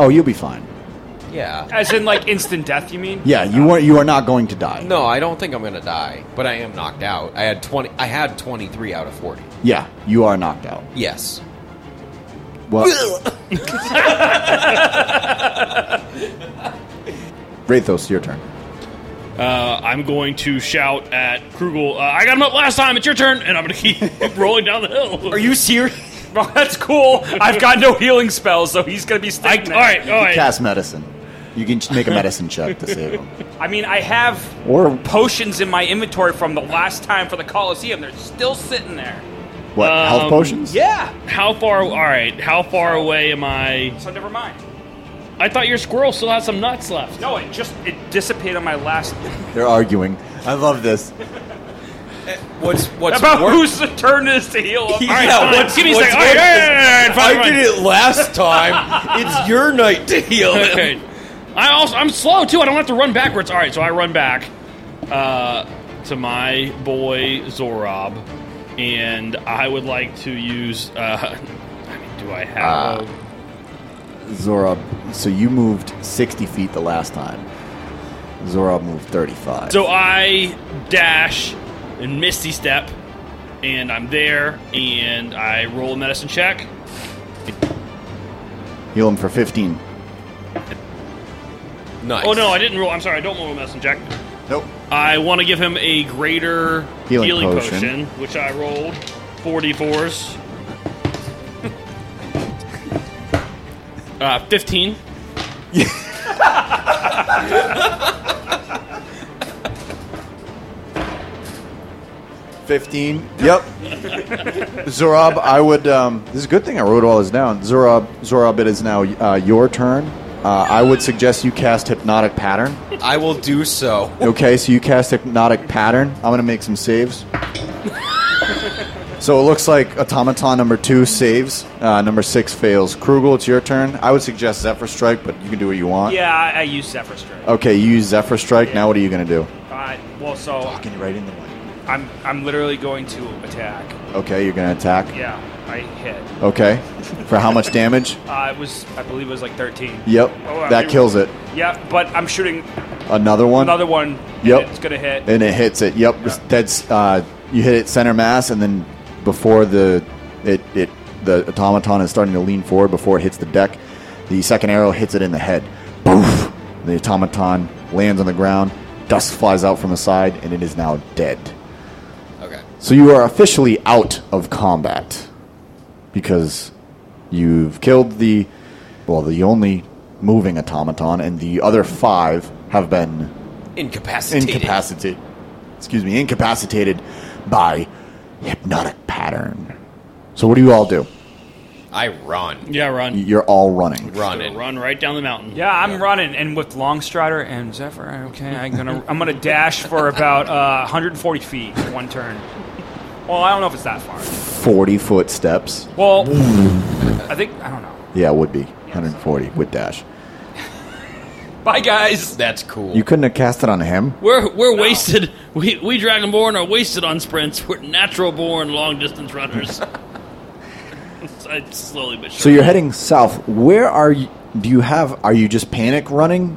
Speaker 1: Oh, you'll be fine.
Speaker 2: Yeah.
Speaker 3: As in, like instant death, you mean?
Speaker 1: Yeah, you are. You are not going to die.
Speaker 2: No, I don't think I'm gonna die, but I am knocked out. I had twenty. I had twenty three out of forty.
Speaker 1: Yeah, you are knocked out.
Speaker 2: Yes.
Speaker 1: Well, Rathos, your turn.
Speaker 4: Uh, I'm going to shout at Krugel. Uh, I got him up last time. It's your turn, and I'm gonna keep rolling down the hill.
Speaker 3: Are you serious? Well, that's cool. I've got no healing spells, so he's gonna be
Speaker 4: I,
Speaker 3: sticking.
Speaker 4: all
Speaker 3: there.
Speaker 4: right, all right.
Speaker 1: Cast medicine. You can ch- make a medicine check to save him.
Speaker 3: I mean, I have
Speaker 1: Or
Speaker 3: potions in my inventory from the last time for the Coliseum. They're still sitting there.
Speaker 1: what? health
Speaker 4: Um,
Speaker 1: potions?
Speaker 3: Yeah.
Speaker 4: How far? All right. How far away am I?
Speaker 3: So never mind.
Speaker 4: I thought your squirrel still had some nuts left.
Speaker 3: No, it just it dissipated on my last.
Speaker 1: They're arguing. I love this.
Speaker 2: What's what's
Speaker 3: About
Speaker 2: wor-
Speaker 3: whose turn it is to heal up?
Speaker 2: Yeah,
Speaker 4: All right, fine.
Speaker 2: what's-
Speaker 4: give me a
Speaker 2: what's
Speaker 4: second. All right,
Speaker 2: worse is-
Speaker 4: all right, all right, all right, fine,
Speaker 2: I
Speaker 4: fine.
Speaker 2: did it last time. it's your night to heal. him.
Speaker 4: Okay. I also I'm slow too. I don't have to run backwards. All right, so I run back uh, to my boy Zorob, and I would like to use. Uh, I mean, do I have?
Speaker 1: Zora, so you moved 60 feet the last time. Zora moved 35.
Speaker 4: so uh, I dash and Misty step, and I'm there, and I roll a medicine check.
Speaker 1: Heal him for 15.
Speaker 2: Nice.
Speaker 4: Oh no, I didn't roll. I'm sorry, I don't roll a medicine check.
Speaker 1: Nope.
Speaker 4: I want to give him a greater
Speaker 1: Healing
Speaker 4: healing,
Speaker 1: potion.
Speaker 4: potion. which I rolled 44s. uh, 15.
Speaker 1: 15. Yep. Zorab, I would. Um, this is a good thing I wrote all this down. Zorab, Zorab, it is now uh, your turn. Uh, I would suggest you cast Hypnotic Pattern.
Speaker 2: I will do so.
Speaker 1: Okay, so you cast Hypnotic Pattern. I'm going to make some saves. so it looks like Automaton number two saves, uh, number six fails. Krugel, it's your turn. I would suggest Zephyr Strike, but you can do what you want.
Speaker 3: Yeah, I, I use Zephyr Strike.
Speaker 1: Okay, you use Zephyr Strike. Now what are you going to do?
Speaker 3: Uh, well, so
Speaker 1: Fucking right in the way.
Speaker 3: I'm I'm literally going to attack.
Speaker 1: Okay, you're going to attack.
Speaker 3: Yeah, I hit.
Speaker 1: Okay. For how much damage?
Speaker 3: Uh, it was I believe it was like 13.
Speaker 1: Yep.
Speaker 3: Oh, I
Speaker 1: that
Speaker 3: mean-
Speaker 1: kills it.
Speaker 3: Yeah, but I'm shooting
Speaker 1: Another one.
Speaker 3: another one. and
Speaker 1: Yep.
Speaker 3: It's gonna hit.
Speaker 1: And it hits it. Yep. That's uh, you hit it center mass, and then before the it it the automaton is starting to lean forward before it hits the deck, the second arrow hits it in the head. Boof! The automaton lands on the ground. Dust flies out from the side, and it is now dead.
Speaker 2: Okay.
Speaker 1: So you are officially out of combat because you've killed the well, the only moving automaton, and the other five have been
Speaker 2: Incapacitated.
Speaker 1: incapacitated. Excuse me, incapacitated by hypnotic pattern. So what do you all do?
Speaker 2: I run.
Speaker 4: Yeah, run.
Speaker 1: You're all running.
Speaker 2: Running.
Speaker 4: Run right down the mountain.
Speaker 3: Yeah, I'm running, and with Longstrider and Zephyr, okay, I'm gonna I'm gonna dash for about uh, 140 feet in one turn. Well, I don't know if it's that far.
Speaker 1: Forty foot steps.
Speaker 3: Well, I think I don't know.
Speaker 1: Yeah, would be 140 with dash.
Speaker 3: Bye, guys.
Speaker 2: That's cool.
Speaker 1: You couldn't have cast it on him.
Speaker 4: We're we're wasted. We we Dragonborn are wasted on sprints. We're natural born long distance runners. I slowly but
Speaker 1: So
Speaker 4: surely.
Speaker 1: you're heading south. Where are you? Do you have? Are you just panic running,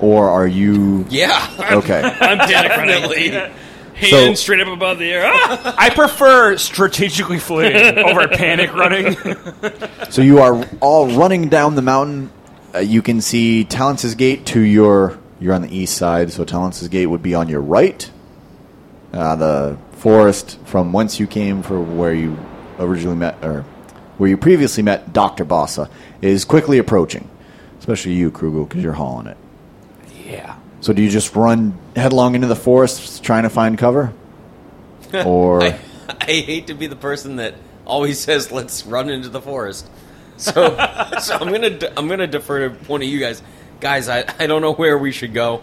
Speaker 1: or are you?
Speaker 2: yeah.
Speaker 1: Okay.
Speaker 4: I'm panic running.
Speaker 2: Definitely.
Speaker 4: Hand
Speaker 1: So-
Speaker 4: straight up above the air. Ah!
Speaker 3: I prefer strategically fleeing over panic running.
Speaker 1: So you are all running down the mountain. Uh, you can see Talence's Gate to your. You're on the east side, so Talence's Gate would be on your right. Uh, the forest from whence you came, for where you originally met, or where you previously met Doctor Bassa, is quickly approaching. Especially you, Krugel, because you're hauling it.
Speaker 3: yeah.
Speaker 1: So do you just run headlong into the forest, trying to find cover, or
Speaker 2: I, I hate to be the person that always says let's run into the forest. So so I'm gonna de- I'm gonna defer to one of you guys. Guys, I, I don't know where we should go.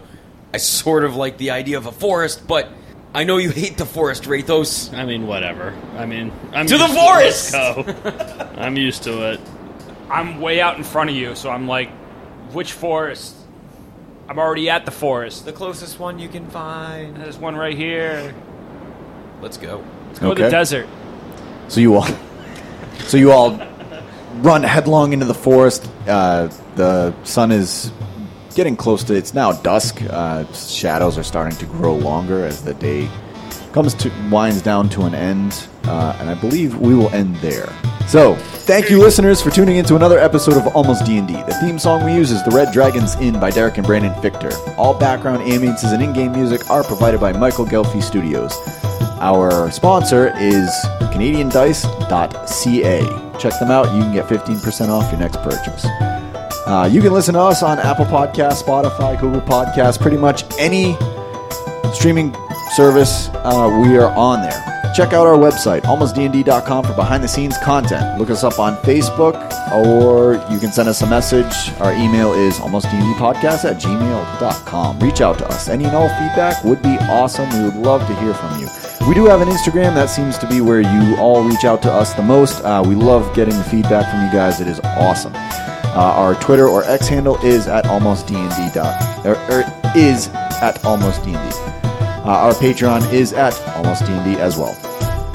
Speaker 2: I sort of like the idea of a forest, but I know you hate the forest, Rathos.
Speaker 4: I mean, whatever. I mean, I'm
Speaker 2: To the
Speaker 4: used it.
Speaker 2: forest!
Speaker 4: Let's go. I'm used to it.
Speaker 3: I'm way out in front of you, so I'm like, which forest? I'm already at the forest.
Speaker 2: The closest one you can find.
Speaker 3: There's one right here.
Speaker 2: Let's go.
Speaker 3: Let's go to the
Speaker 1: Okay.
Speaker 3: desert.
Speaker 1: So you all, so you all, run headlong into the forest. Uh, the sun is getting close to. It's now dusk. Uh, shadows are starting to grow longer as the day comes to winds down to an end. Uh, and I believe we will end there. So, thank you, listeners, for tuning in to another episode of Almost D&D. The theme song we use is The Red Dragons Inn by Derek and Brandon Fichter. All background ambiences and in-game music are provided by Michael Gelfi Studios. Our sponsor is CanadianDice.ca. Check them out. You can get 15% off your next purchase. Uh, you can listen to us on Apple Podcasts, Spotify, Google Podcasts, pretty much any streaming service. Uh, we are on there. Check out our website, almostdnd.com, for behind the scenes content. Look us up on Facebook, or you can send us a message. Our email is almostdndpodcast at gmail.com. Reach out to us. Any and all feedback would be awesome. We would love to hear from you. We do have an Instagram. That seems to be where you all reach out to us the most. Uh, we love getting the feedback from you guys, it is awesome. Uh, our Twitter or X handle is at almostdnd. Dot, or, or is at almostdnd. Uh, our Patreon is at almostdnd as well.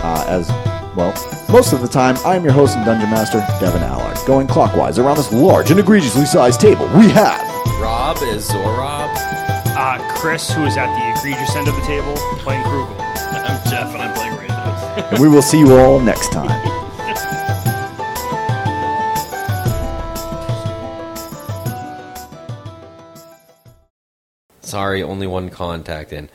Speaker 1: Uh, as well, most of the time, I am your host and dungeon master, Devin Allard. Going clockwise around this large and egregiously sized table, we have
Speaker 2: Rob is Zorob.
Speaker 3: Uh, Chris, who is at the egregious end of the table, playing Krugel.
Speaker 4: I'm Jeff, and I'm playing Rathos.
Speaker 1: and we will see you all next time.
Speaker 2: Sorry, only one contact in.